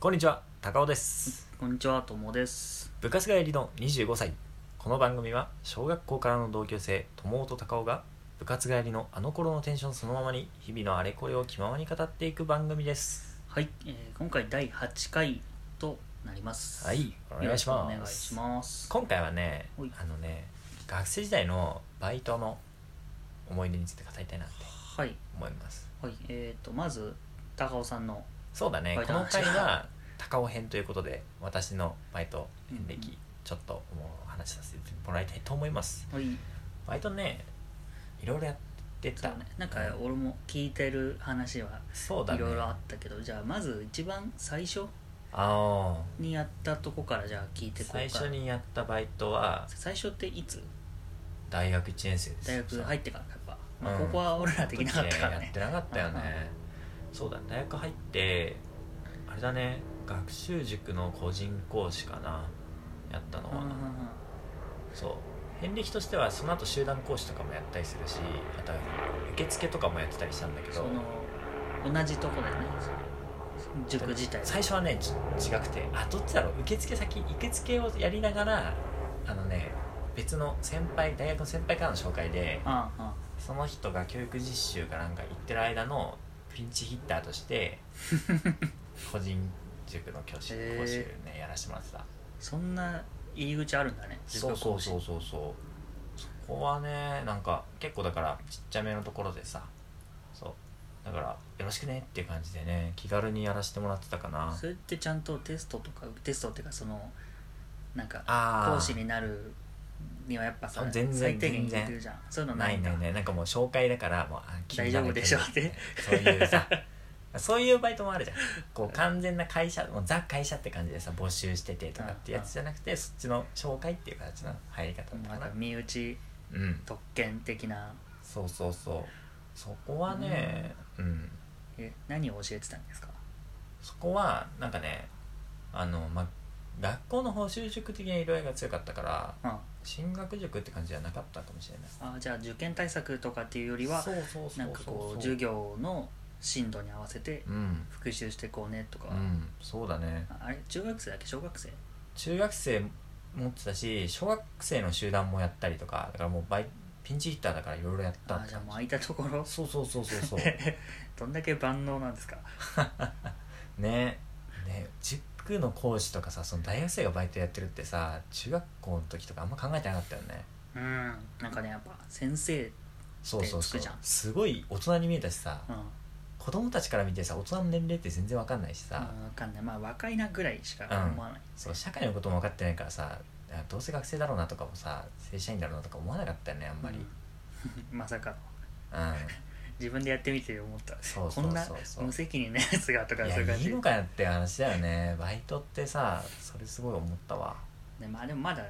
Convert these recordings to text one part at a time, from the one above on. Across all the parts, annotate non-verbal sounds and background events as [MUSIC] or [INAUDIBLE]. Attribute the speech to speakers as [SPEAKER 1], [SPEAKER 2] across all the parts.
[SPEAKER 1] こんにちは高尾です
[SPEAKER 2] こんにちは、ともです。
[SPEAKER 1] 部活がやりの25歳この番組は小学校からの同級生友と高尾が部活がやりのあの頃のテンションそのままに日々のあれこれを気ままに語っていく番組です
[SPEAKER 2] はい、えー今回第8回となります。
[SPEAKER 1] はいお願いします
[SPEAKER 2] よろくお願いします。
[SPEAKER 1] 今回はね
[SPEAKER 2] ほい
[SPEAKER 1] あのね学生時代のバイトの思い出について語りたいなって
[SPEAKER 2] はい、
[SPEAKER 1] 思います
[SPEAKER 2] はい、えっ、と、まず、高尾さんの、
[SPEAKER 1] そうだね
[SPEAKER 2] バイ
[SPEAKER 1] こ
[SPEAKER 2] トの
[SPEAKER 1] の
[SPEAKER 2] 話
[SPEAKER 1] 回は高尾編ということで私のバイト遍歴、
[SPEAKER 2] うん
[SPEAKER 1] ちょっともうお話しさせてもらいたいと思います
[SPEAKER 2] はい、
[SPEAKER 1] バイトねいろいろやって
[SPEAKER 2] そ
[SPEAKER 1] た
[SPEAKER 2] うね、なんか俺も聞いてる話は
[SPEAKER 1] そうだ
[SPEAKER 2] い
[SPEAKER 1] ね
[SPEAKER 2] ろいろあったけど、じゃあまず一番最初
[SPEAKER 1] あ
[SPEAKER 2] にやったとこからじゃあ聞
[SPEAKER 1] ー
[SPEAKER 2] いてこうか
[SPEAKER 1] 最初にやったバイトは
[SPEAKER 2] 最初っていつ
[SPEAKER 1] 大学1年生です
[SPEAKER 2] 大学入ってからやっぱ、まあ、
[SPEAKER 1] うん
[SPEAKER 2] ここは俺らできなかったから
[SPEAKER 1] その時やっ
[SPEAKER 2] ね
[SPEAKER 1] てなかったよねそうだね大学入ってあれだね学習塾の個人講師かなやったの
[SPEAKER 2] うんう
[SPEAKER 1] は
[SPEAKER 2] んうん
[SPEAKER 1] そう遍歴としてはその後集団講師とかもやったりするしあとは受付とかもやってたりしたんだけ
[SPEAKER 2] そ
[SPEAKER 1] ど
[SPEAKER 2] の同じとこだよね塾自体
[SPEAKER 1] 最初はねち違くてあどっちだろう受付先受付をやりながらあのね別の先輩大学の先輩からの紹介で
[SPEAKER 2] あああ
[SPEAKER 1] その人が教育実習かなんか行ってる間のピンチヒッターとして
[SPEAKER 2] [LAUGHS]
[SPEAKER 1] 個人塾の教師
[SPEAKER 2] へー
[SPEAKER 1] 講習ねやらせてもらってた
[SPEAKER 2] そんな入り口あるんだね
[SPEAKER 1] そうそうそううそうそうそこはねなんか結構だからちっちゃめのところでさそうだからよろしくねっていう感じでね気軽にやらせてもらってたかな
[SPEAKER 2] それってちゃんとテストとかテストっていうかそのなんか
[SPEAKER 1] ああ
[SPEAKER 2] 講師になるにはやっぱさ
[SPEAKER 1] あ全然
[SPEAKER 2] 最低限
[SPEAKER 1] 全然
[SPEAKER 2] 言ってるじゃんそういうのな
[SPEAKER 1] ないい
[SPEAKER 2] んだ
[SPEAKER 1] ないないなんかもう紹介だからもうあ
[SPEAKER 2] 大丈夫でしょ
[SPEAKER 1] 君だねそう
[SPEAKER 2] で
[SPEAKER 1] いうさ [LAUGHS] そういうバイトもあるじゃんこう完全な会社もうザ会社って感じでさ募集しててとかってやつじゃなくてそっちの紹介っていう形の入り方だ
[SPEAKER 2] な
[SPEAKER 1] っ
[SPEAKER 2] ん
[SPEAKER 1] た
[SPEAKER 2] か
[SPEAKER 1] かな
[SPEAKER 2] 身内
[SPEAKER 1] うん
[SPEAKER 2] 特権的な
[SPEAKER 1] そうそうそうそこはねうん
[SPEAKER 2] え何を教えてたんですか
[SPEAKER 1] そこはなんかねあのまあ学校の補習塾的な色合いが強かったから
[SPEAKER 2] あ
[SPEAKER 1] 進学塾って感じじゃなかったかもしれない
[SPEAKER 2] あじゃあ受験対策とかっていうよりは
[SPEAKER 1] そうそうそうそう
[SPEAKER 2] なんかこう授業の進度に合わせて
[SPEAKER 1] うん
[SPEAKER 2] 復習してこうねとか、
[SPEAKER 1] うんそうだね
[SPEAKER 2] あれ中学生だっけ小学生
[SPEAKER 1] 中学生持ってたし小学生の集団もやったりとかだからもうバイピンチヒッターだからいろいろやった
[SPEAKER 2] あ
[SPEAKER 1] って
[SPEAKER 2] じゃあ
[SPEAKER 1] 感
[SPEAKER 2] もう
[SPEAKER 1] じ
[SPEAKER 2] 空いたところ
[SPEAKER 1] そうそうそうそうそう
[SPEAKER 2] [LAUGHS] どんだけ万能なんですか
[SPEAKER 1] ねね塾の講師とかさその大学生がバイトやってるってさ中学校の時とかあんま考えてなかったよね
[SPEAKER 2] うんなんかねやっぱ先生
[SPEAKER 1] そうそうそ
[SPEAKER 2] 手つ
[SPEAKER 1] う
[SPEAKER 2] くじゃん
[SPEAKER 1] すごい大人に見えたしさ
[SPEAKER 2] うん、
[SPEAKER 1] 子供たちから見てさ大人の年齢って全然わかんないしさ、
[SPEAKER 2] 分かんないまあ若いなぐらいしか
[SPEAKER 1] うん
[SPEAKER 2] 思わない、
[SPEAKER 1] そう社会のことも分かってないからさあどうせ学生だろうなとかもさ正社員だろうなとか思わなかったよねあんまり、
[SPEAKER 2] うん [LAUGHS] まさかの
[SPEAKER 1] うん、
[SPEAKER 2] 自分でやってみて思った
[SPEAKER 1] そうそうそうそう
[SPEAKER 2] こんな無責任なやつがとか
[SPEAKER 1] い
[SPEAKER 2] そういう
[SPEAKER 1] や
[SPEAKER 2] 感
[SPEAKER 1] いい
[SPEAKER 2] じ
[SPEAKER 1] のかよって話だよねバイトってさそれすごい思ったわ
[SPEAKER 2] で,、まあ、でもまだ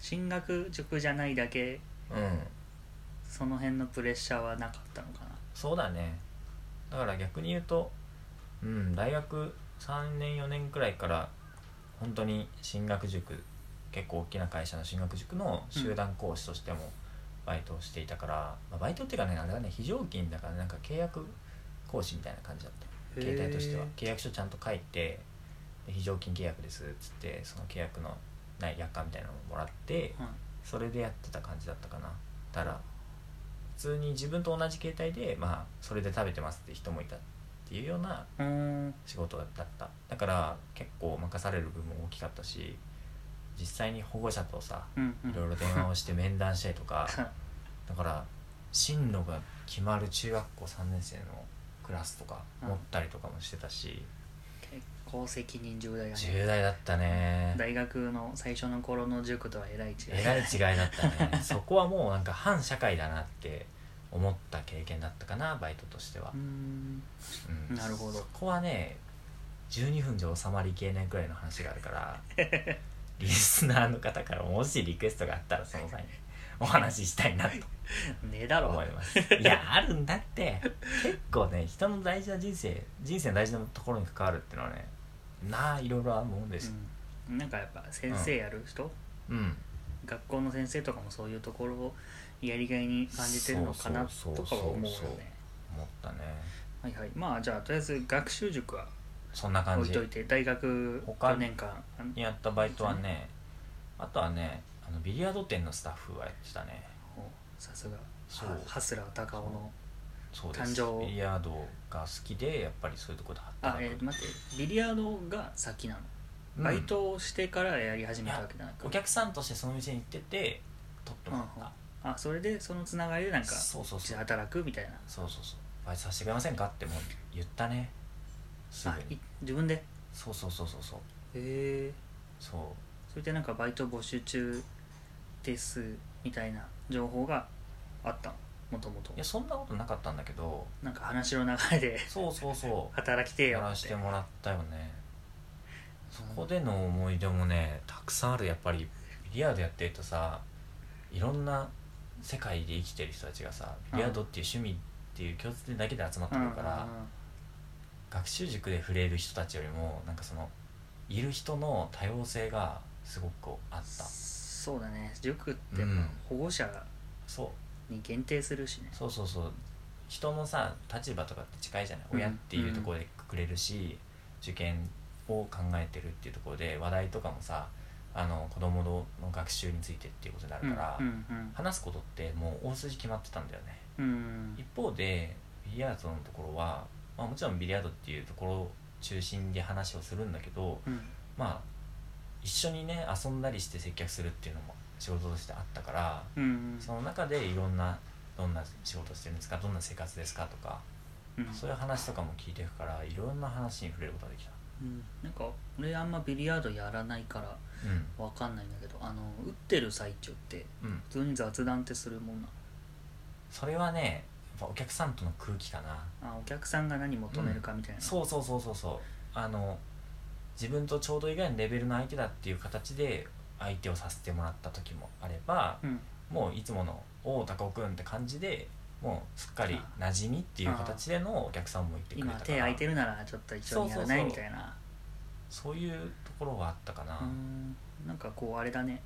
[SPEAKER 2] 進学塾じゃないだけ
[SPEAKER 1] うん
[SPEAKER 2] その辺のプレッシャーはなかったのかな
[SPEAKER 1] そうだねだから逆に言うとうん大学3年4年くらいから本当に進学塾結構大きな会社の進学塾の集団講師としてもバイトをしていたから、まあ、バイトっていうかねあれはね非常勤だからねなんか契約講師みたいな感じだった携帯としては
[SPEAKER 2] へ
[SPEAKER 1] 契約書ちゃんと書いてで非常勤契約ですっつってその契約のない薬価みたいなのをもらって
[SPEAKER 2] ーうん
[SPEAKER 1] それでやってた感じだったかなだから普通に自分と同じ携帯でまあそれで食べてますって人もいたっていうような
[SPEAKER 2] うーん
[SPEAKER 1] 仕事だっただから結構任される部分も大きかったし実際に保護者とさ
[SPEAKER 2] うんうん
[SPEAKER 1] いろいろ電話をして面談したりとか
[SPEAKER 2] は
[SPEAKER 1] だから進路が決まる中学校3年生のクラスとか
[SPEAKER 2] うん
[SPEAKER 1] 持ったりとかもしてたし、
[SPEAKER 2] [LAUGHS] 結構責任重大だね
[SPEAKER 1] 重大だったね
[SPEAKER 2] 大学の最初の頃の塾とはえらい違い
[SPEAKER 1] えらい違いだったねそこはもうなんか反社会だなって思った経験だったかなバイトとしては
[SPEAKER 2] [LAUGHS] うー、ん
[SPEAKER 1] うん
[SPEAKER 2] なるほど
[SPEAKER 1] そこはね12分じゃ収まりきれないくらいの話があるからリスナーの方からもしリクエストがあったらその際にお話ししたいなと
[SPEAKER 2] ねえだろ
[SPEAKER 1] 思いますいやあるんだって結構ね人の大事な人生人生の大事なところに関わるってのはねなあいろいろあるもんです
[SPEAKER 2] うん、なんかやっぱ先生やる人、
[SPEAKER 1] うん
[SPEAKER 2] 学校の先生とかもそういうところをやりがいに感じてるのかな
[SPEAKER 1] そう
[SPEAKER 2] と
[SPEAKER 1] そう
[SPEAKER 2] かは
[SPEAKER 1] そう
[SPEAKER 2] 思うよ
[SPEAKER 1] そう
[SPEAKER 2] ね
[SPEAKER 1] 思ったね
[SPEAKER 2] はいはいまあじゃあとりあえず学習塾は
[SPEAKER 1] そんな感
[SPEAKER 2] 置い
[SPEAKER 1] じ
[SPEAKER 2] といて大学
[SPEAKER 1] 他
[SPEAKER 2] 4年間あの
[SPEAKER 1] にやったバイトはねあとはねあのビリヤード店のスタッフはやってたね
[SPEAKER 2] さすが
[SPEAKER 1] そう
[SPEAKER 2] はハスラー高尾の
[SPEAKER 1] そうです
[SPEAKER 2] 誕生
[SPEAKER 1] ビリヤードが好きでやっぱりそういうところで
[SPEAKER 2] あ
[SPEAKER 1] 働
[SPEAKER 2] え
[SPEAKER 1] く
[SPEAKER 2] ー待ってビリヤードが先なの、
[SPEAKER 1] うん
[SPEAKER 2] バイトをしてからやり始めたわけじゃないか
[SPEAKER 1] お客さんとしてその店に行ってて取ってもらった、
[SPEAKER 2] うんあそれでそのつながりでなんか
[SPEAKER 1] そうそう
[SPEAKER 2] うち
[SPEAKER 1] そ
[SPEAKER 2] で
[SPEAKER 1] う
[SPEAKER 2] 働くみたいな
[SPEAKER 1] そうそうそうバイトさせてくれませんかってもう言ったねす
[SPEAKER 2] あ
[SPEAKER 1] ぐ
[SPEAKER 2] い
[SPEAKER 1] に
[SPEAKER 2] 自分でへ
[SPEAKER 1] そうそうそうそうそう
[SPEAKER 2] え
[SPEAKER 1] そう
[SPEAKER 2] それでなんかバイト募集中ですみたいな情報があったのもともと
[SPEAKER 1] いやそんなことなかったんだけ
[SPEAKER 2] [LAUGHS]
[SPEAKER 1] ど
[SPEAKER 2] なんか話の流れで [LAUGHS]
[SPEAKER 1] そうそうそう
[SPEAKER 2] 働きてえ
[SPEAKER 1] や
[SPEAKER 2] よ
[SPEAKER 1] ら
[SPEAKER 2] っ
[SPEAKER 1] しててもらったよねそこでの思い出もねたくさんあるやっぱりビリヤードやってるとさいろんな世界で生きてる人たちがさビリヤードっていう趣味っていう共通点だけで集まって
[SPEAKER 2] う
[SPEAKER 1] く
[SPEAKER 2] ん
[SPEAKER 1] るから、学習塾で触れる人たちよりもなんかそのいる人の多様性がすごくこうあった
[SPEAKER 2] そうだね塾ってやっ
[SPEAKER 1] うん
[SPEAKER 2] ぱ保護者
[SPEAKER 1] そう
[SPEAKER 2] に限定するしね、
[SPEAKER 1] そうそうそう人のさ立場とかって近いじゃない
[SPEAKER 2] うん
[SPEAKER 1] 親っていうところでくくれるし、受験を考えてるっていうところで話題とかもさあの子供の学習についてっていうことになるから、
[SPEAKER 2] うんうん
[SPEAKER 1] 話すことってもう大筋決まってたんだよね
[SPEAKER 2] うんうん
[SPEAKER 1] 一方でビリヤードのところは、まあ、もちろんビリヤードっていうところを中心で話をするんだけど、
[SPEAKER 2] うん
[SPEAKER 1] まあ一緒にね遊んだりして接客するっていうのも仕事としてあったから
[SPEAKER 2] うん
[SPEAKER 1] その中でいろんなどんな仕事してるんですかどんな生活ですかとか
[SPEAKER 2] うん
[SPEAKER 1] そういう話とかも聞いていくからいろんな話に触れることができた
[SPEAKER 2] うんなんか俺あんまビリヤードやらないから
[SPEAKER 1] う
[SPEAKER 2] わかんないんだけどあの打ってる最中って
[SPEAKER 1] んうん
[SPEAKER 2] 普通に雑談ってするもんな
[SPEAKER 1] それはねやっぱお客さんとの空気かな
[SPEAKER 2] のあお客さんが何求めるかみたいな、
[SPEAKER 1] そうそうそうそうそうあの自分とちょうど以外のレベルの相手だっていう形で相手をさせてもらった時もあれば
[SPEAKER 2] うん
[SPEAKER 1] もういつもの「おお高尾くん」って感じでもうすっかり馴染みっていう形でのお客さんもいてくれた
[SPEAKER 2] 今
[SPEAKER 1] から
[SPEAKER 2] 手空いてるならちょっと一緒にやらないみたいな
[SPEAKER 1] そういうところがあったかな、
[SPEAKER 2] うんなんかこうあれだね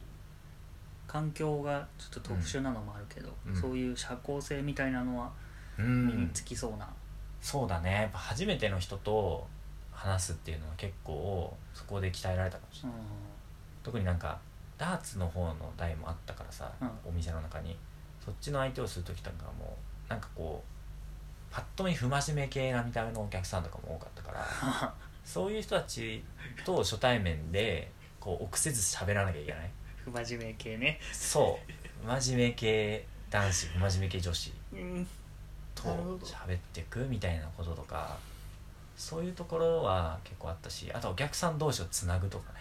[SPEAKER 2] 環境がちょっと特殊なのもあるけど、
[SPEAKER 1] うん
[SPEAKER 2] そういう社交性みたいなのは
[SPEAKER 1] うん
[SPEAKER 2] 身につきそうな、
[SPEAKER 1] そうだねやっぱ初めての人と話すっていうのは結構そこで鍛えられたかもしれない、
[SPEAKER 2] うん [LAUGHS]
[SPEAKER 1] 特になんかダーツの方の台もあったからさ、
[SPEAKER 2] う
[SPEAKER 1] お店の中にそっちの相手をする時とかもなんかこうパッと見不真面目系な見た目のお客さんとかも多かったからそういう人たちと初対面でこう臆せず喋らなきゃいけない
[SPEAKER 2] 不真面目系ね
[SPEAKER 1] そう真面目系男子真面目系女子
[SPEAKER 2] うん
[SPEAKER 1] と
[SPEAKER 2] なるほど
[SPEAKER 1] 喋ってくみたいなこととかそういうところは結構あったしあとお客さん同士をつなぐとかね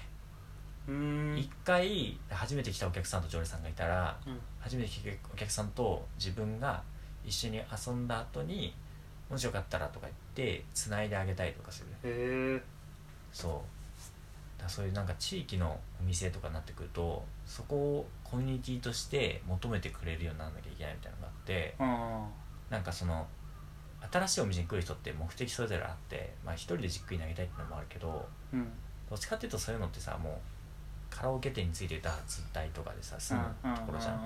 [SPEAKER 2] うん
[SPEAKER 1] 一、回初めて来たお客さんと常連さんがいたら初めて来たお客さんと自分が一緒に遊んだ後にもしよかったらとか言ってつないであげたりとかする
[SPEAKER 2] へえ
[SPEAKER 1] そうだからそういうなんか地域のお店とかになってくるとそこをコミュニティとして求めてくれるようにならなきゃいけないみたいなのがあって
[SPEAKER 2] あ
[SPEAKER 1] なんかその新しいお店に来る人って目的それぞれあって、まあ、一人でじっくり投げたいってのもあるけど
[SPEAKER 2] ーうん
[SPEAKER 1] どっちかっていうとそういうのってさもうカラオケ店についてたツ帯とかでさ住むところじゃん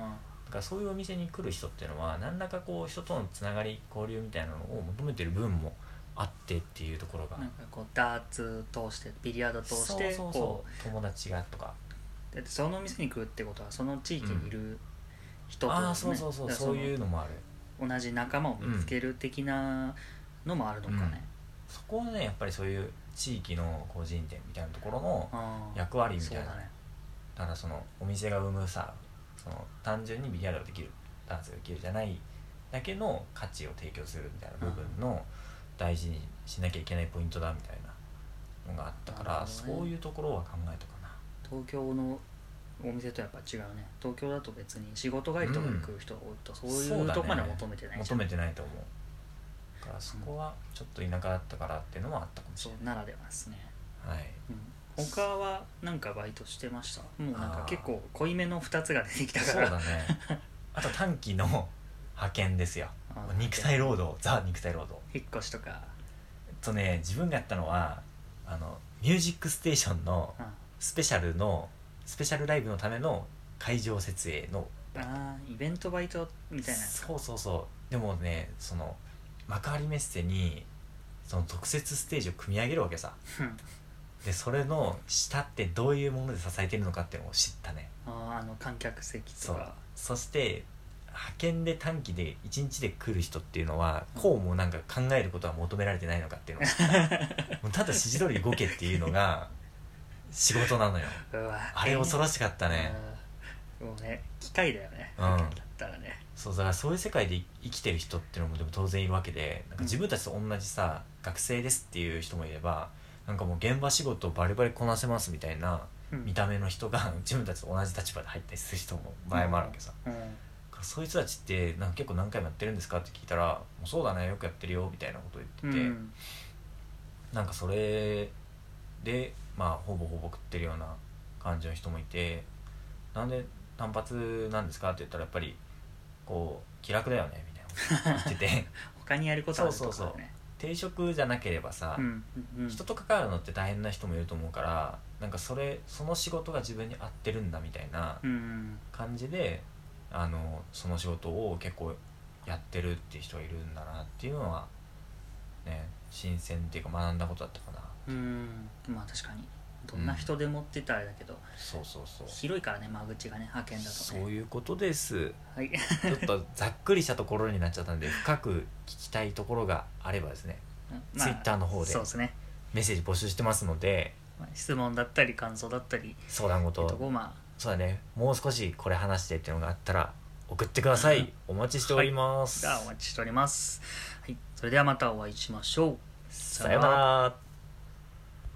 [SPEAKER 1] だからそういうお店に来る人っていうのは何らかこう人とのつながり交流みたいなのを求めてる部分もあってっていうところが
[SPEAKER 2] なんかこうダーツ通してビリヤード通
[SPEAKER 1] そう
[SPEAKER 2] して
[SPEAKER 1] そう
[SPEAKER 2] こ
[SPEAKER 1] そう友達がとか
[SPEAKER 2] うだってその店に来るってことはその地域にいる人と、ね
[SPEAKER 1] ああそうそうそう
[SPEAKER 2] だから
[SPEAKER 1] そう
[SPEAKER 2] の
[SPEAKER 1] いうのもある
[SPEAKER 2] 同じ仲間を見つける的なのもあるのかね、
[SPEAKER 1] そこはねやっぱりそういう地域の個人店みたいなところの
[SPEAKER 2] ああ
[SPEAKER 1] 役割み
[SPEAKER 2] そう
[SPEAKER 1] たい
[SPEAKER 2] だ
[SPEAKER 1] な
[SPEAKER 2] ね
[SPEAKER 1] だからそのお店が生むさその単純にビリヤードができるダンスができるじゃないだけの価値を提供するみたいな部分の大事にしなきゃいけないポイントだみたいなのがあったか
[SPEAKER 2] な
[SPEAKER 1] ら、
[SPEAKER 2] るほどね
[SPEAKER 1] そういうところは考えたかな
[SPEAKER 2] 東京のお店とやっぱ違うね東京だと別に仕事帰りとかに来る人が多いと、そういうとこまで求めてないじ
[SPEAKER 1] 求
[SPEAKER 2] ゃん
[SPEAKER 1] めてないと思うだからそこはちょっと田舎だったからっていうのもあったかもし
[SPEAKER 2] そ
[SPEAKER 1] れ
[SPEAKER 2] うならではですね、
[SPEAKER 1] ない、はい、
[SPEAKER 2] うん、他はなんかバイトしてましたもうなん
[SPEAKER 1] あ
[SPEAKER 2] か
[SPEAKER 1] ー
[SPEAKER 2] 結構濃いめの2つが出てきた
[SPEAKER 1] そ
[SPEAKER 2] か
[SPEAKER 1] う
[SPEAKER 2] ら
[SPEAKER 1] だね
[SPEAKER 2] [LAUGHS]
[SPEAKER 1] あと短期の派遣ですよ
[SPEAKER 2] あー
[SPEAKER 1] 肉体労働ザ肉体労働
[SPEAKER 2] 引っ越しとか、
[SPEAKER 1] えっとね自分がやったのはあのミュージックステーションの
[SPEAKER 2] うん、あ
[SPEAKER 1] スペシャルのスペシャルライブのための会場設営の
[SPEAKER 2] あイベントバイトみたいなやつか
[SPEAKER 1] そうそうそうでもねその幕張メッセにその特設ステージを組み上げるわけさ
[SPEAKER 2] うん
[SPEAKER 1] でそれの下ってどういうもので支えてるのかっていうのを知ったね
[SPEAKER 2] あー [LAUGHS] あの観客席
[SPEAKER 1] そ
[SPEAKER 2] と
[SPEAKER 1] う
[SPEAKER 2] か
[SPEAKER 1] そして派遣で短期で1日で来る人っていうのは
[SPEAKER 2] うん
[SPEAKER 1] こうもなんか考えることは求められてないのかっていうのを知ったもうただ指示通り動けっていうのが仕事なのよ
[SPEAKER 2] うわ
[SPEAKER 1] あれ恐ろ
[SPEAKER 2] し
[SPEAKER 1] しかった
[SPEAKER 2] か
[SPEAKER 1] ね、
[SPEAKER 2] もうね機械だよね、
[SPEAKER 1] うん
[SPEAKER 2] だったらね
[SPEAKER 1] そうだからそういう世界で生きてる人っていうのもでも当然いるわけでなんか自分たちと同じさ、学生ですっていう人もいればなんかもう現場仕事をバリバリこなせますみたいな
[SPEAKER 2] うん
[SPEAKER 1] 見た目の人が自分たちと同じ立場で入ったりする人も場合もあるわけさ、
[SPEAKER 2] うん
[SPEAKER 1] だからそういう人たちってなんか結構何回もやってるんですかって聞いたら「もうそうだねよくやってるよ」みたいなこと
[SPEAKER 2] う
[SPEAKER 1] 言ってて、
[SPEAKER 2] ん
[SPEAKER 1] なんかそれでまあほぼほぼ食ってるような感じの人もいてなんで単発なんですかって言ったらやっぱりこう気楽だよねみたいなこと言って
[SPEAKER 2] [LAUGHS]
[SPEAKER 1] て
[SPEAKER 2] 他にやることあるとかね
[SPEAKER 1] そうそうそう定職じゃなければさ、
[SPEAKER 2] うんうん
[SPEAKER 1] 人と関わるのって大変な人もいると思うからなんかそれその仕事が自分に合ってるんだみたいな
[SPEAKER 2] うん
[SPEAKER 1] 感じであのその仕事を結構やってるっていう人がいるんだなっていうのはね新鮮っていうか学んだことだったかな
[SPEAKER 2] うんまあ確かにどんな人でもって言ったらあれだけど、
[SPEAKER 1] そうそうそう
[SPEAKER 2] 広いからね間口がね派遣だとね
[SPEAKER 1] そういうことです [LAUGHS]
[SPEAKER 2] はい
[SPEAKER 1] ちょっとざっくりしたところになっちゃったんで [LAUGHS] 深く聞きたいところがあればですね
[SPEAKER 2] まあ
[SPEAKER 1] Twitter の方で
[SPEAKER 2] そうですね、
[SPEAKER 1] メッセージ募集してますので
[SPEAKER 2] まあ質問だったり感想だったり
[SPEAKER 1] 相談
[SPEAKER 2] と
[SPEAKER 1] 事
[SPEAKER 2] こま
[SPEAKER 1] そうだねもう少しこれ話してっていうのがあったら送ってくださいお待ちしておりま
[SPEAKER 2] あ
[SPEAKER 1] す、
[SPEAKER 2] がお待ちしておりますはいそれではまたお会いしましょう
[SPEAKER 1] さようなら